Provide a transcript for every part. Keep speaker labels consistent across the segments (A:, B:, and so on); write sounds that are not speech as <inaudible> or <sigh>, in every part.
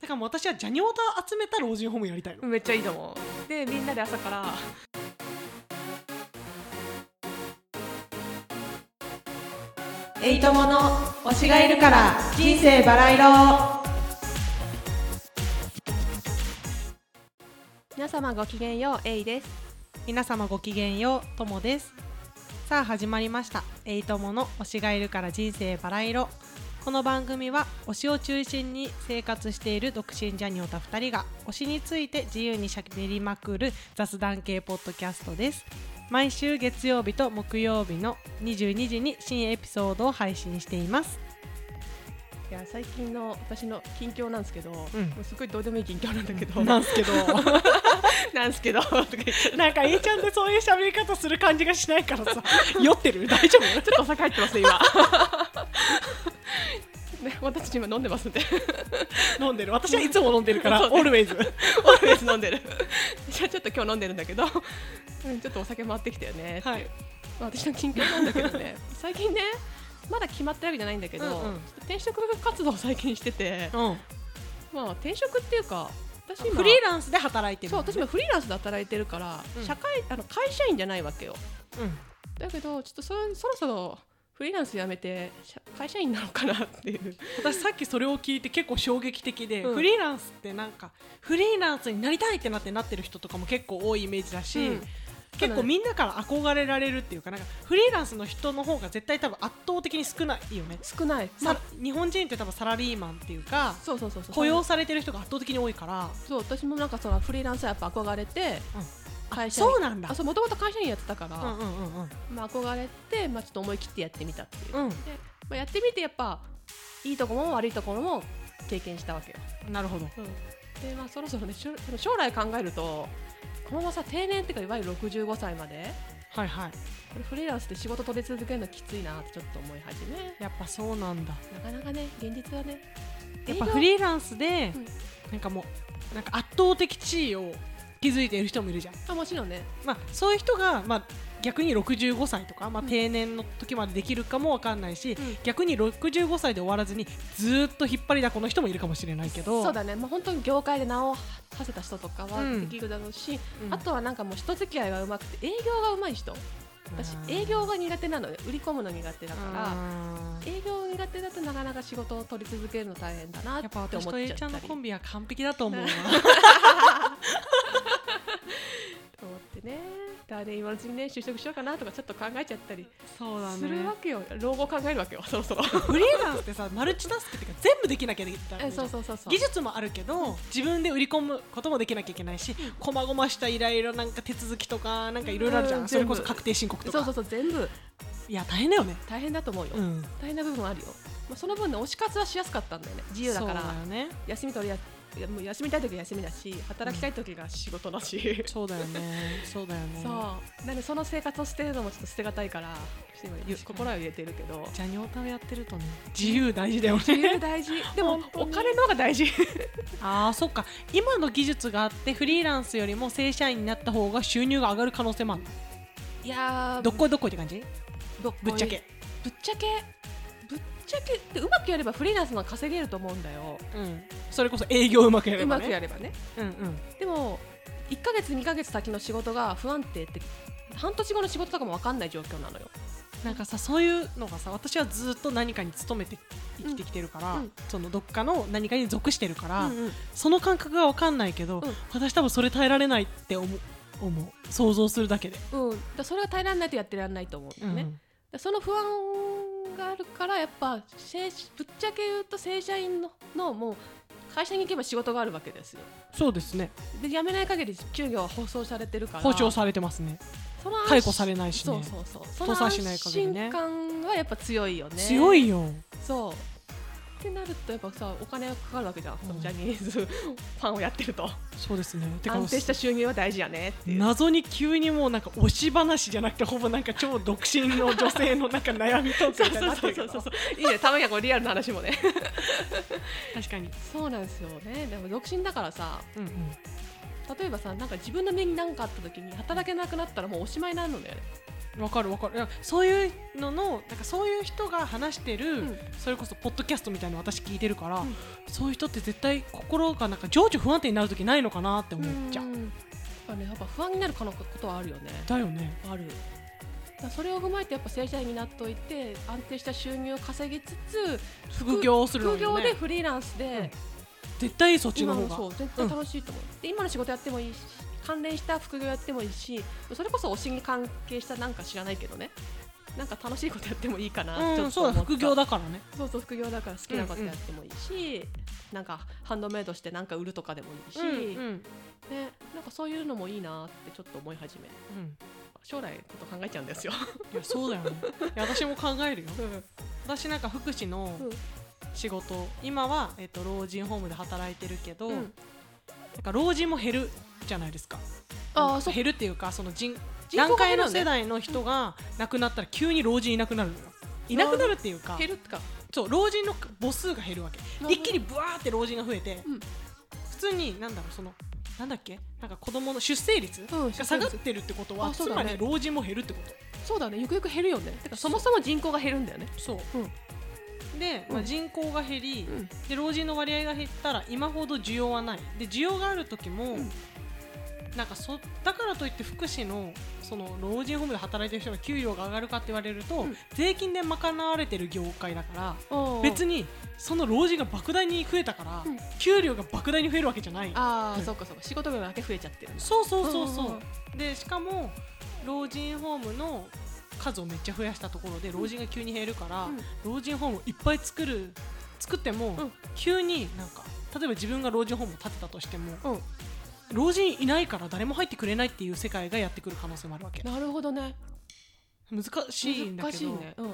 A: てかもう私はジャニオタ集めた老人ホームやりたいの、
B: めっちゃいいと思うでみんなで朝から
C: エイトモの推しがいるから人生バラ色
B: 皆様ごきげんようエイです
A: 皆様ごきげんようともですさあ始まりました「エイトモの推しがいるから人生バラ色」この番組は推しを中心に生活している独身ジャニオタ2人が推しについて自由にしゃべりまくる雑談系ポッドキャストです毎週月曜日と木曜日の22時に新エピソードを配信しています
B: いや最近の私の近況なんですけど、
A: ん
B: もうすごいどうでもいい近況なんだけ
A: <laughs>
B: ど
A: なんすけど
B: なんです
A: <laughs>
B: けどとか言ってちょ
A: なんか A ちゃんでそういう喋り方する感じがしない
B: <laughs>
A: からさ酔ってる大丈夫
B: っとお酒入ってます今ね、私たち今飲んでます
A: <laughs>
B: んで
A: 飲んでる私はいつも飲んでるから
B: そう
A: オールウェイズ
B: オールウェイズ飲んでるじゃあちょっと今日飲んでるんだけど、うん、ちょっとお酒回ってきたよねっていう、
A: はい
B: まあ私の近況なんだけど
A: <laughs>
B: ね最近ねまだ決まってるわけじゃないんだけど、
A: うんうん
B: ちょっと転職活動を最近してて、
A: うん
B: まあ転職っていうか私今
A: フリーランスで働いてる
B: そう私もフリーランスで働いてるから、
A: うん
B: 社会あの会社員じゃないわけよ
A: うん
B: だけどちょっとそそろそろフリーランス辞めて社会社員なのかなっていう
A: 私さっきそれを聞いて結構衝撃的で、
B: うん
A: フリーランスってなんかフリーランスになりたいってなってなってる人とかも結構多いイメージだし、
B: うん
A: 結構みんなから憧れられるっていうかなんかフリーランスの人の方が絶対多分圧倒的に <laughs> 少ないよね、
B: 少ない、
A: さ
B: ま
A: 日本人って多分サラリーマンっていうか
B: そうそうそうそう
A: 雇用されてる人が圧倒的に多いから
B: そう私もなんかそのフリーランスはやっぱ憧れて、会社員
A: そうなんだ
B: あそうもともと会社員やってたから、
A: うんうんうんうん
B: まあ、憧れて、まあ、ちょっと思い切ってやってみたっていう、
A: うん
B: でまあ、やってみてやっぱいいとこも悪いところも経験したわけよ、
A: なるほど
B: でまあそろそろねしょでも将来考えるとこのままさ定年っていうかいわゆる65歳まで
A: はいはい
B: これフリーランスで仕事取り続けるのきついなってちょっと思い始め
A: やっぱそうなんだ
B: なかなかね現実はね
A: やっぱ
B: 営業
A: フリーランスで、
B: うん
A: なんかもうなんか圧倒的地位を築いている人もいるじゃん、
B: あもちろんね
A: まあ、そういう人が、まあ、逆に65歳とか、まあ、
B: うん
A: 定年の時までできるかもわかんないし、
B: ん
A: 逆に65歳で終わらずにずーっと引っ張りだこの人もいるかもしれないけど
B: そうだね、まあ、本当に業界で名を馳せた人とかは
A: うん
B: できるだろうし、
A: うん
B: あとはなんかもう人付き合いがうまくて営業がうまい人私
A: うん
B: 営業が苦手なので売り込むの苦手だから
A: あー
B: 営業苦手だとなかなか仕事を取り続けるの大変だなっ
A: やってぱ
B: 思っちゃっ
A: 私と A ち
B: た
A: ゃんの
B: り
A: コンビは完璧だと
B: <laughs>
A: 思うわ
B: と思ってねだからね今のうちにね就職しようかなとかちょっと考えちゃったり
A: そうだ
B: するわ
A: ね
B: けよ、老後考えるわけよそろ
A: <laughs>
B: そろ
A: フリーランスってさマルチタスクっていうか全部できなきゃいけない
B: えそうそうそうそう
A: 技術もあるけど自分で売り込むこともできなきゃいけないしこまごましたイライラなんか手続きとかなんかいろいろあるじゃ
B: うんん
A: それこそ
B: 全部
A: 確定申告と
B: そうそう
A: か
B: そう全部
A: いや大変だよね
B: 大変だと思うよ、
A: うん
B: 大変な部分はあるよ、まあ、その分ね推し活はしやすかったんだよね自由だから
A: そうだよね
B: 休み取りやいやもう休みたい時は休みだし働きたい時が仕事だし、
A: そうだよねそうだよね
B: そうなんでその生活を捨てるのもちょっと捨てがたいからちょっと今ゆ
A: 確かに
B: 心は入れてるけど
A: ジャニオタをやってるとね自由大事だよ
B: 自由
A: ね
B: 大事でも
A: 本当に
B: お金の方が大事
A: ああそっか今の技術があってフリーランスよりも正社員になった方が収入が上がる可能性もある
B: いやー
A: どっこいどっこいって感じ
B: どっこい
A: ぶっちゃけ
B: ぶっちゃけぶっちゃけってうまくやればフリーランスの稼げると思うんだよ、
A: うんそれこそ営業うまくやれ
B: う
A: ば
B: ま
A: ね
B: くやればね
A: うんうん
B: でも1ヶ月2ヶ月先の仕事が不安定って半年後の仕事とかも分かんない状況なのよ
A: なんかさそういうのがさ私はずっと何かに勤めて生きてきてるから、
B: うんうん
A: そのどっかの何かに属してるから、
B: うんうん
A: その感覚が分かんないけど、
B: うん
A: 私多分それ耐えられないって思う思う想像するだけで、
B: うん、だからそれは耐えられないとやってられないと思うんだよね、だからその不安があるからやっぱ正ぶっちゃけ言うと正社員ののもう会社に行けば仕事があるわけですよ
A: そうですね
B: で辞めない限り給料は保証されてるから
A: 包丁されてますね
B: その安
A: 解雇されないしね
B: そうそうそうそ
A: 倒
B: の
A: 産
B: 安
A: しない限りね
B: 心感はやっぱ強いよね
A: 強いよ
B: そうってなるとやっぱさお金がかかるわけじゃん、その
A: うん
B: ジャニーズフ <laughs> ァンをやってると
A: そうですねてか
B: 安定した収入は大事やねっていう
A: 謎に急にもうなんか推し話じゃなくてほぼなんか超独身の女性のなんか悩みトーク
B: そう
A: みたいに
B: そ
A: なっ
B: う
A: て
B: そ
A: る
B: う
A: け
B: そ
A: ど
B: うそういいねたまにはこうリアルな話もね
A: 確かに、
B: そうなんですよねでも独身だからさ
A: うんうん、
B: 例えばさなんか自分の身に何かあった時に働けなくなったらもうおしまいになるのだよね
A: わかるわかるいやそういうののなんかそういう人が話してる、
B: ん
A: それこそポッドキャストみたいなの私聞いてるから、
B: うん
A: そういう人って絶対心がなんか情緒不安定になる時ないのかなって思っちゃう、
B: うんやっぱねやっぱ不安になるこのことはあるよね
A: だよね
B: あるだからそれを踏まえてやっぱ正社員になっておいて安定した収入を稼ぎつつ
A: 副業をするの
B: 副業
A: も
B: で
A: ね
B: フリーランスで、
A: うん絶対そっち
B: 今
A: の
B: も
A: 方
B: そ
A: が
B: う絶対楽しいと思う、で今の仕事やってもいいし関連した副業やってもいいしそれこそ推しに関係したなんか知らないけどねなんか楽しいことやってもいいかな、
A: うん
B: ちょっと
A: そうだ
B: 思った
A: 副業だからね
B: そうそう副業だから好きなことやってもいいし、なんかハンドメイドしてなんか売るとかでもいいし、
A: うんうん
B: ね、なんかそういうのもいいなってちょっと思い始め
A: うん
B: 将来のこと考えちゃうんですよ、
A: いやそうだよねいや私も考えるよ私なんか福祉の
B: うん
A: 仕事今は、えっと、老人ホームで働いてるけど、
B: うん
A: なんか老人も減るじゃないですか
B: ああそう
A: 減るっていうかその人
B: 人
A: 段
B: 口が減
A: 階
B: る
A: の
B: のね
A: 世代の人が亡くなったら急に老人いなくなるのよいなくなるっていうか
B: 減るってか
A: そう老人の母数が減るわけ
B: ほど
A: 一気にブワーって老人が増えて、
B: うん
A: 普通になんだろうそのなんだっけなんか子供の出生率
B: う
A: が
B: ん
A: 下がってるってことは、
B: あそ
A: つ
B: うだ
A: ま
B: ね
A: り老人も減るってこと
B: そうだねゆくゆく減るよねてかそもそも人口が減るんだよね
A: そう、
B: うん
A: で、
B: うん
A: まあ、人口が減り、
B: うん
A: で老人の割合が減ったら今ほど需要はないで需要がある時も、
B: うん
A: なんかそだからといって福祉のその老人ホームで働いてる人が給料が上がるかって言われると、
B: うん
A: 税金で賄われてる業界だから、
B: に
A: 別にその老人が莫大に増えたから、
B: うん
A: 給料が莫大に増えるわけじゃない
B: ああ、
A: うん
B: そうかそうか仕事量だけ増えちゃってるんだ
A: そうそうそうそう、
B: うんうん
A: でしかも老人ホームの数をめっちゃ増やしたところで老人が急に減るから、
B: うん
A: 老人ホームをいっぱい作る作っても、
B: うん
A: 急になんか例えば自分が老人ホームを建てたとしても
B: うん
A: 老人いないから誰も入ってくれないっていう世界がやってくる可能性もあるわけ
B: なるほどね
A: 難しいんだ
B: 難
A: け
B: し
A: ど、
B: いねうん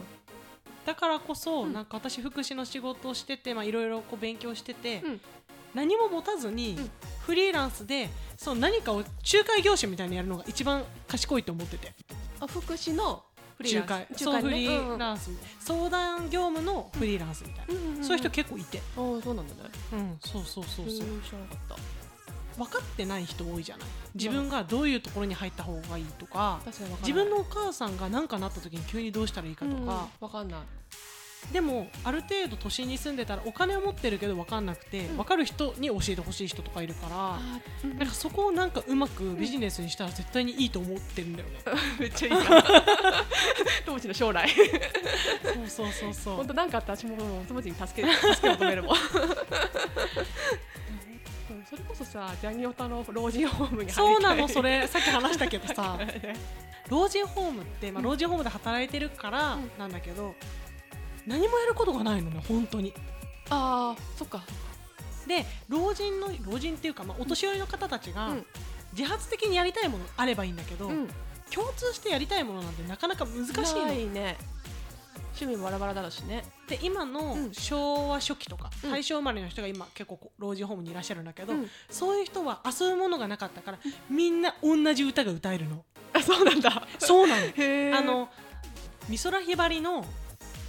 A: だからこそ、
B: うん
A: なんか私福祉の仕事をしててまあいろいろこう勉強してて、
B: うん
A: 何も持たずに、
B: うん
A: フリーランスでその何かを仲介業者みたいにやるのが一番賢いと思ってて
B: あ福祉のフリー
A: 仲
B: ラン
A: 介
B: ス
A: そうフ
B: ね
A: リーランス、相談業務のフリーランスみたいな、
B: うんうんんん
A: そういう人結構いて、
B: ああそうなんだね
A: うん、そうそうそうそう、
B: うん知らなかった
A: 分かってない人多いじゃない自分がどういうところに入った方がいいとか
B: 確かにわかんな
A: 自
B: い
A: 分のお母さんが何かなった時に急にどうしたらいいかと
B: うん
A: か、
B: わかんない
A: でもある程度都心に住んでたらお金は持ってるけど分かんなくて、
B: うん
A: 分かる人に教えてほしい人とかいるから、
B: あ
A: なんかそこをなんかうまくビジネスにしたら絶対にいいと思ってるんだよね。
B: <laughs> めっちゃ <laughs> いいな友達の将来
A: そうそうそうそう。
B: 本当なんかあったら私も友達に助け助けを求めるもんうんそれこそさジャニオタの老人ホームに入りた
A: <laughs>
B: い
A: そうなのそれさっき話したけどさ
B: ね
A: 老人ホームって、まあ、
B: うん
A: 老人ホームで働いてるから
B: うん
A: なんだけど、何もやることがないのね本当に。
B: <laughs> ああそっか
A: で老人の老人っていうか、まあ、お年寄りの方たちが、
B: うん
A: 自発的にやりたいものあればいいんだけど、
B: うん
A: 共通してやりたいものなんてなかなか難しいの
B: な。ね趣味もバラバラだろうしね
A: で今の
B: うん
A: 昭和初期とか、
B: うん
A: 大正生まれの人が今結構こう老人ホームにいらっしゃるんだけど、
B: うん
A: そういう人は遊ぶものがなかったから、みんな同じ歌が歌えるの。
B: あそうなんだ
A: そうなの
B: <laughs> へえ
A: あの美空ひばりの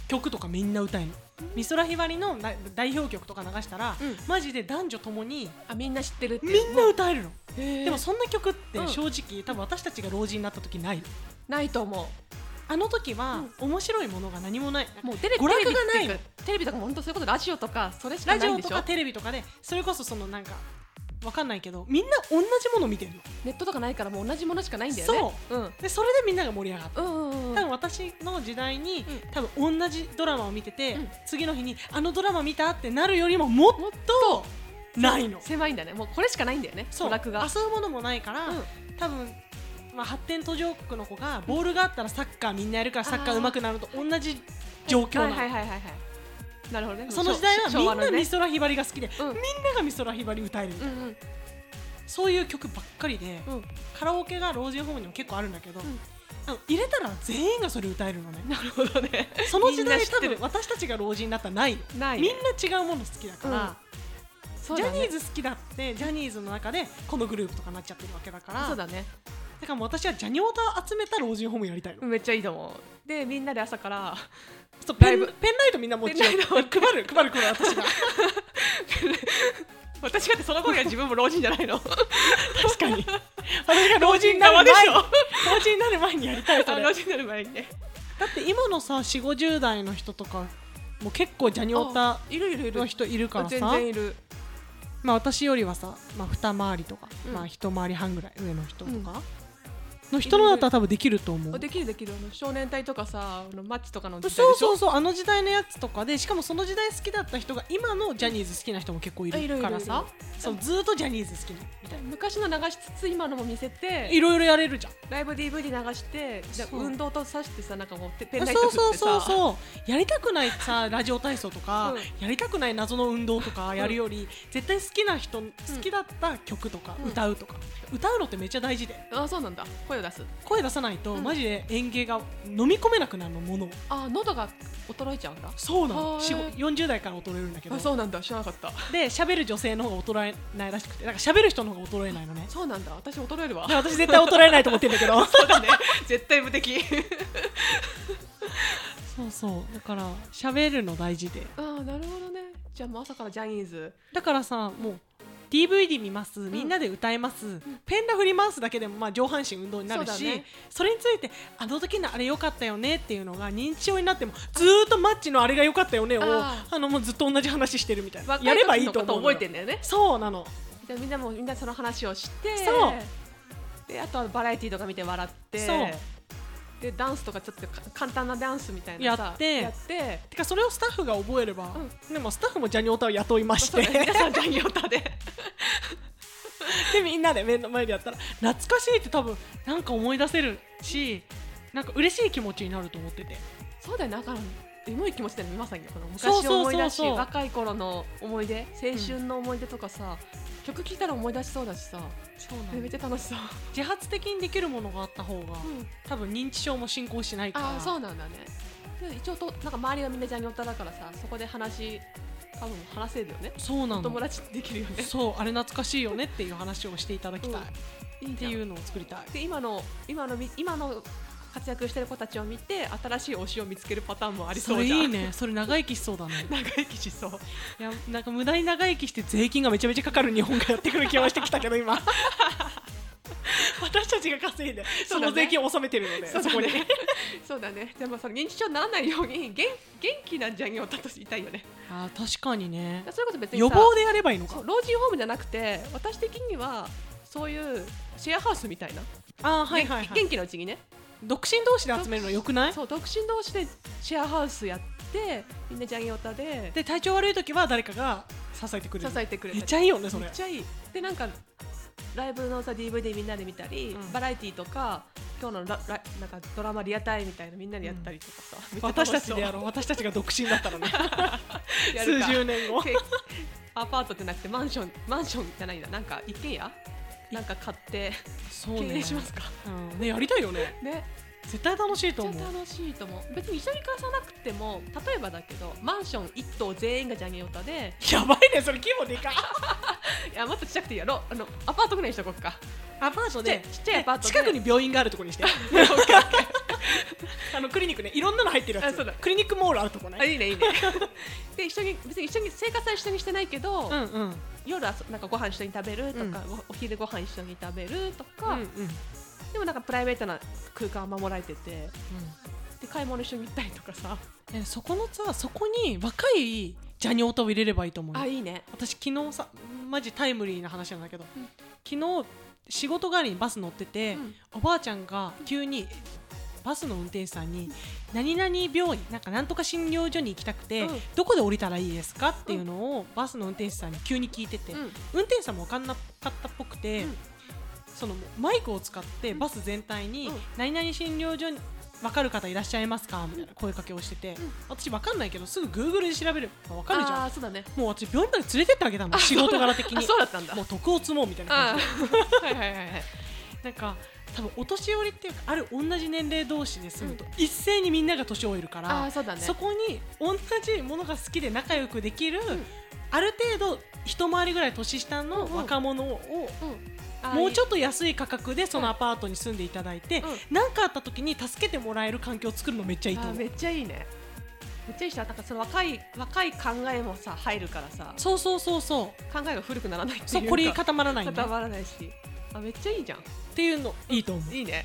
A: 曲とかみんな歌えるの美空ひばりのな代表曲とか流したら、
B: うん
A: マジで男女ともに
B: あみんな知ってるって
A: み
B: いうん
A: な歌えるの、
B: へえ
A: でもそんな曲って
B: うん
A: 正直、多分私たちが老人になった時ない
B: ないと思
A: あの時は、面白いものが何もないなんか
B: うもうテレビ
A: 娯楽がない
B: テレビってうかテレビとかも本当そういうことラジオとかそれしか
A: ラ
B: な
A: ジ
B: いん
A: オ
B: で
A: と
B: しょ
A: かテレビとかでそれこそそのなんかわかんないけどみんな同じもの見てるの
B: ネットとかないからもう同じものしかないんだよねそう、うん、
A: でそれでみんなが盛り上がった
B: うんうんうん
A: 多分私の時代に、
B: うん
A: 多分同じドラマを見てて、
B: うん
A: 次の日にあのドラマ見たってなるよりももっ
B: もっ
A: とないの
B: 狭いんだねもうこれしかないんだよね
A: そう
B: 娯楽が
A: 遊ぶものもないから、
B: うん
A: 多分まあ、発展途上国の子がボールがあったらサッカーみんなやるからサッカー上手くなると同じ状況な
B: は
A: の、
B: いはいはいはいはいなるほどね
A: その時代は
B: 昭
A: み
B: 昭和
A: んな
B: のね
A: 美空ひばりが好きで、
B: うん
A: みんなが美空ひばり歌える、
B: うんうん
A: そういう曲ばっかりで、
B: うん
A: カラオケが老人ホームにも結構あるんだけど、
B: ん
A: あの入れたら全員がそれ歌えるのね
B: なるほ <laughs> どね
A: その時代
B: みんな知っ
A: 多
B: てる
A: 分私たちが老人になったらないの
B: ない
A: みん
B: ね
A: な違うもの好きだから、
B: そう
A: ジ
B: だ
A: ャ
B: ね
A: ニーズ好きだってジャニーズの中でこのグループとかなっちゃってるわけだから
B: そうだね
A: だからもう私はジャニオタを集めた老人ホームやりたいの、
B: めっちゃいいと思うでみんなで朝から
A: そうペ
B: ライ
A: ン
B: ブ
A: ペンライトみんな持ち
B: ペン
A: 寄
B: ラ
A: っ
B: イ
A: て
B: ト
A: 配る配るこれ私
B: <laughs>
A: が
B: <laughs> 私 <laughs> だってその頃には自分も老人じゃないの
A: 確かに私が老人側でしょ老人になる前にやりたいそ
B: あ
A: れ
B: 老人になる前にね
A: だって今のさ4 5 0代の人とかもう結構ジャニオタ
B: いるいるい
A: の
B: る
A: 人いるから
B: 全
A: さ
B: 然いる
A: まあ私よりはさ、まあ、二回りとか、
B: うん
A: まあ一回り半ぐらい上の人と
B: うん
A: か、の人のだったら多分できると思う
B: あできるできるあの少年隊とかさあのマッチとかの時代
A: そう
B: でしょ
A: そうそうあの時代のやつとかでしかもその時代好きだった人が今のジャニーズ好きな人も結構い
B: いるい
A: る
B: る
A: からさそうずーっとジャニーズ好きな
B: 昔の流しつつ今のも見せ
A: い
B: て
A: ろいろやれるじゃん
B: ライブ DVD 流してじゃあ
A: そう
B: 運動とさしてさなんかこうペペンライト振
A: そう
B: ってさ
A: そうそうそうやりたくない
B: <laughs>
A: さラジオ体操とか、
B: う
A: やりたくない謎の運動とかやるより、絶対好きな人好きだった曲とか、
B: うん
A: 歌うとか歌うのってめっちゃ大事で
B: あそうなんだ声を出す
A: 声出さないと、
B: うん
A: マジで演芸が飲み込めなくなるのものを
B: あ喉が衰えちゃうんだ
A: そうなの
B: はーい
A: しご40代から衰えるんだけど
B: あそうなんだ知らなかった
A: で喋る女性の方が衰えないらしくてだから喋る人の方が衰えないのね
B: そうなんだ私衰えるわ
A: <laughs> で私絶対衰えないと思ってるんだけど
B: <laughs> そうだね絶対無敵
A: そうそうだから喋るの大事で
B: <laughs> あーなるほどねじゃあもう朝からジャニーズ
A: だからさもう DVD 見ますみんなで歌います、ペンダ振り回すだけでもまあ上半身運動になるし
B: そう
A: そ,、
B: だね
A: れについてあの時のあれ良かったよねっていうのが認知症になってもずーっとマッチのあれが良かったよねをあ
B: あ
A: のもうずっと同じ話してるみたいな
B: 若
A: やればいい
B: 時
A: と
B: のこ
A: 思うの
B: 覚
A: よ
B: えてんだよね
A: そうなの
B: じゃあみんなもみんなその話をして
A: そう
B: であとはバラエティーとか見て笑って
A: そう
B: でダンスとかちょっとか簡単なダンスみたいなさ
A: やって
B: やって
A: てかそれをスタッフが覚えれば、でもスタッフもジャニオタを雇いまし
B: そ
A: て
B: うだね皆さんジャニオタで
A: <laughs> でみんなで目の前でやったら懐かしいって多分なんか思い出せるしなんか嬉しい気持ちになると思ってて
B: そうだよねなんかエモい気持ちだよねまさにこの
A: そうそう
B: 昔
A: そう
B: を思い出し
A: そう
B: 若い頃の思い出青春の思い出とかさ、曲聴いたら思い出しそうだしさ
A: そう
B: めっちゃ楽しそう、
A: 自発的にできるものがあった方が、多分認知症も進行しないから
B: ああそうなんだねで一応となんか周りがみんなジャニオタだからさそこで話多分話せるよね
A: そうな
B: お友
A: の
B: 達できるよね
A: そうあれ懐かしいよねっていう話をしていただきたい、
B: うん
A: っ
B: ってて
A: い
B: いう
A: うのを作りたい
B: で今の今のみ今の活躍してる子たちを見て新しい推しを見つけるパターンもあり
A: そ
B: そう
A: れ
B: じゃん
A: いいねそれ長生きしそうだね
B: <laughs> 長生きしそう
A: いやなんか無駄に長生きして税金がめちゃめちゃかかる日本がやってくる気はしてきたけど今 <laughs> 私たちが稼いでそ
B: そうだね
A: の税金を納めてるのでそ,、
B: そうだ
A: こに
B: ね <laughs> そうだねでもその認知症にならないように <laughs> 元元気なジャニオタとしていたいよね
A: あー確かにね
B: だからそういうこと別にさ
A: 予防でやればいいの
B: そ
A: か
B: う老人ホームじゃなくて私的にはそういうシェアハウスみたいな、
A: あー
B: 元元気なうちにね
A: 独身同士で集めるのよくない
B: そう独身同士でシェアハウスやってみんなジャニオタで
A: で体調悪い時は誰かが支えてくれ
B: 支
A: る
B: えてくれ
A: め
B: た
A: っ
B: り
A: ちゃいいよねそ
B: め
A: れ
B: っちゃいいでなんかライブのさ DVD みんなで見たり、
A: うん
B: バラエティーとか今日のララなんかドラマリアタイみたいなみんなでやったりとかさ、めっちゃ楽
A: 私
B: しそう
A: たちでやろう私たちが独身だった <laughs> らね
B: や
A: 数
B: るか
A: 十年後
B: で <laughs> アパートじゃなくてマンションマンションじゃないななんか一軒家なんか買って
A: そ
B: 経
A: うね
B: 営しますか
A: うんねやりたいよね
B: ね
A: 絶対楽しいと
B: めっ
A: 思う
B: ちゃ楽しいと思う別に一緒に暮らさなくても例えばだけどマンション一棟全員がジャニオタで
A: やばいねそれ規模でかい
B: いやもっとちっちゃくていいやろあのアパートぐらいにしとこう <laughs> か
A: アパートで
B: ちっちゃいアパートで
A: 近くに病院があるとこにしてあのクリニックねいろんなの入ってるや
B: あ
A: つ
B: そうだ
A: クリニックモールあるとこ
B: あ
A: ね
B: <laughs> いいね <laughs> いいねで一緒に別に一緒に生活は一緒にしてないけど、
A: んうん
B: 夜はそなんかご飯一緒に食べるとか、おお昼ご飯一緒に食べるとか、でもなんかプライベートな空間は守られててで買い物一緒に行ったりとかさ
A: ねそこのさそこに若いジャニオタを入れればいいと思うよ
B: あいいね
A: 私昨日さマジタイムリーな話なんだけど、
B: うん
A: 昨日仕事帰りにバス乗ってて、
B: うん
A: おばあちゃんが急にバスの運転手さんに「何々病院なんかなんとか診療所に行きたくて、
B: うん
A: どこで降りたらいいですか?」っていうのをバスの運転手さんに急に聞いてて、
B: うん
A: 運転手さんも分かんなかったっぽくて、
B: うん
A: そのマイクを使ってバス全体に
B: うん
A: 「何々診療所に分かる方いらっしゃいますか?」みたいな声かけをしてて、
B: ん
A: 私分かんないけどすぐ Google で調べれば分かるじゃん。
B: あーそうだね
A: もう私病院まで連れてってあげたの仕事柄的
B: あ
A: に
B: そうだったんだ
A: もう徳を積もうみたいな
B: あ
A: 感じ
B: ーはいはいはいはい
A: でなんか多分お年寄りっていうかある同じ年齢同士で住むと、一斉にみんなが年老いるか
B: あ
A: ら
B: ーそうだね
A: そこに同じものが好きで仲良くできる、ある程度一回りぐらい年下
B: うんう
A: の
B: ん
A: 若者を、
B: うんあー
A: もう
B: いい
A: ちょっと安い価格でそのアパートに住んでいただいて
B: う
A: 何、かあった時に助けてもらえる環境を作るのめっちゃいいと
B: あー
A: 思
B: め
A: う
B: っちゃいいねめっちゃいいしなんかその若い若い考えもさ入るからさ
A: そうそうそうそう
B: 考えが古くならないっていう
A: そ
B: か
A: う凝り固まらないん
B: 固まらないしあめっちゃいいじゃん
A: っていうのいいと思う
B: いいね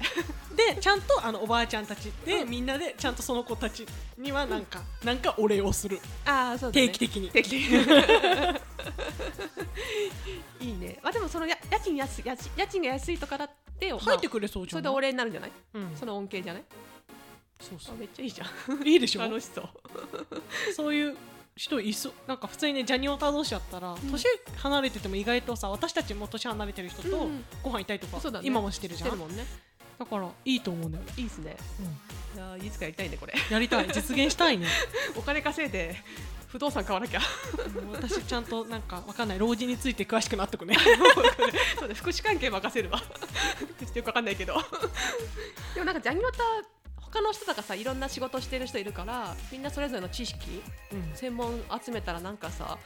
A: でちゃんとあのおばあちゃんたちで、みんなでちゃんとその子たちにはなんか、なんかお礼をする
B: ああそうだね
A: 定期的に
B: 定期的 <laughs> いいねあでもそのや家賃安い家賃家賃が安いとかだってまあ
A: 入ってくれそうじ
B: そ
A: ゃ
B: れ
A: ん
B: でお礼になるんじゃない
A: うん、
B: その恩恵じゃない
A: そうそ
B: あめっちゃいいじゃん
A: ういいでしょ
B: 楽しそう
A: そういう人いそうなんか普通にねジャニオタ同士だったら、
B: ん
A: 年離れてても意外とさ私たちも年離れてる人と
B: うんうん
A: ご飯行ったりとか、
B: そうだね
A: 今もしてるじゃん
B: してるもんね
A: だからいいと思うんだよね、
B: いいですねいやーいつかやりたいねこれ <laughs>
A: やりたい実現したいね
B: お金稼いで不動産買わなきゃ
A: もう私ちゃんとなんかわかんない老人について詳しくなっとくね
B: そうね福祉関係任せるわちょっとよくわかんないけど <laughs> でもなんかジャニオタ他の人とかさいろんな仕事してる人いるからみんなそれぞれの知識専門集めたらなんかさ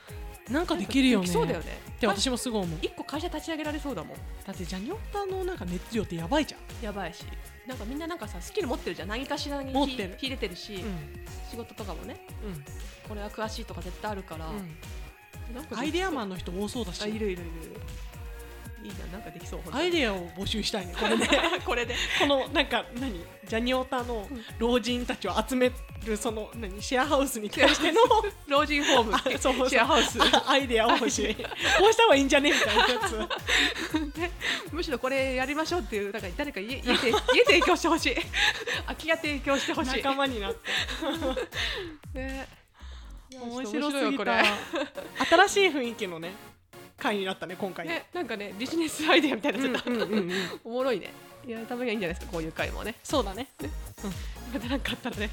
A: なんかできるよね
B: そうだよね
A: って私もすごい思う
B: 一個会社立ち上げられそうだもん
A: だってジャニオタのなんか熱量ってやばいじゃん、
B: やばいしなんかみんななんかさスキル持ってるじゃん何かしらに
A: 持ってる
B: 秀でてるし、
A: ん
B: 仕事とかもねこれは詳しいとか絶対あるから、なんか
A: アイデアマ
B: ン
A: ンの人多そうだし
B: あいるいるいるいいじゃんなんかできそう
A: アイデアを募集したいねこれね
B: <laughs>
A: これで <laughs> このなんか何ジャニオタの老人たちを集めるその何シェアハウスに対しての <laughs>
B: 老人ホーム
A: そうそう
B: シェアハウス
A: あアイデアを欲し <laughs> いこうした方がいいんじゃねみたいなやつ
B: むしろこれやりましょうっていうなんか誰か家
A: <laughs>
B: 家で家提供してほしい <laughs> 空き家提供してほしい
A: 仲間になって
B: ねいや
A: 面白す
B: 面
A: ぎ
B: こ
A: た
B: れ
A: 新しい雰囲気のね回になったね今回
B: ねなんかねビジネスアイデアみたいになっちゃった、
A: うんうんうんうん
B: <laughs> おもろいねいやたまにはいいんじゃないですかこういう回もね
A: そうだね、
B: また何かあったらね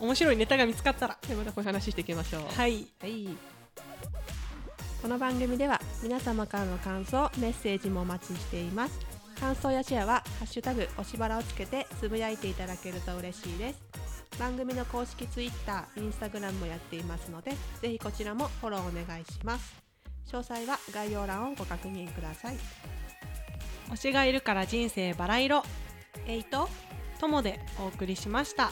A: うん面白いネタが見つかったら
B: でまたこういう話していきましょう
A: はい
B: はい。この番組では皆様からの感想、メッセージもお待ちしています。感想やシェアはハッシュタグおしばらをつけてつぶやいていただけると嬉しいです。番組の公式ツイッター、インスタグラムもやっていますので、ぜひこちらもフォローお願いします。詳細は概要欄をご確認ください。
A: 推しがいるから人生バラ色
B: えいと、
A: ともでお送りしました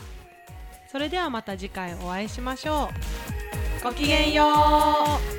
A: それではまた次回お会いしましょう
C: ごきげんよう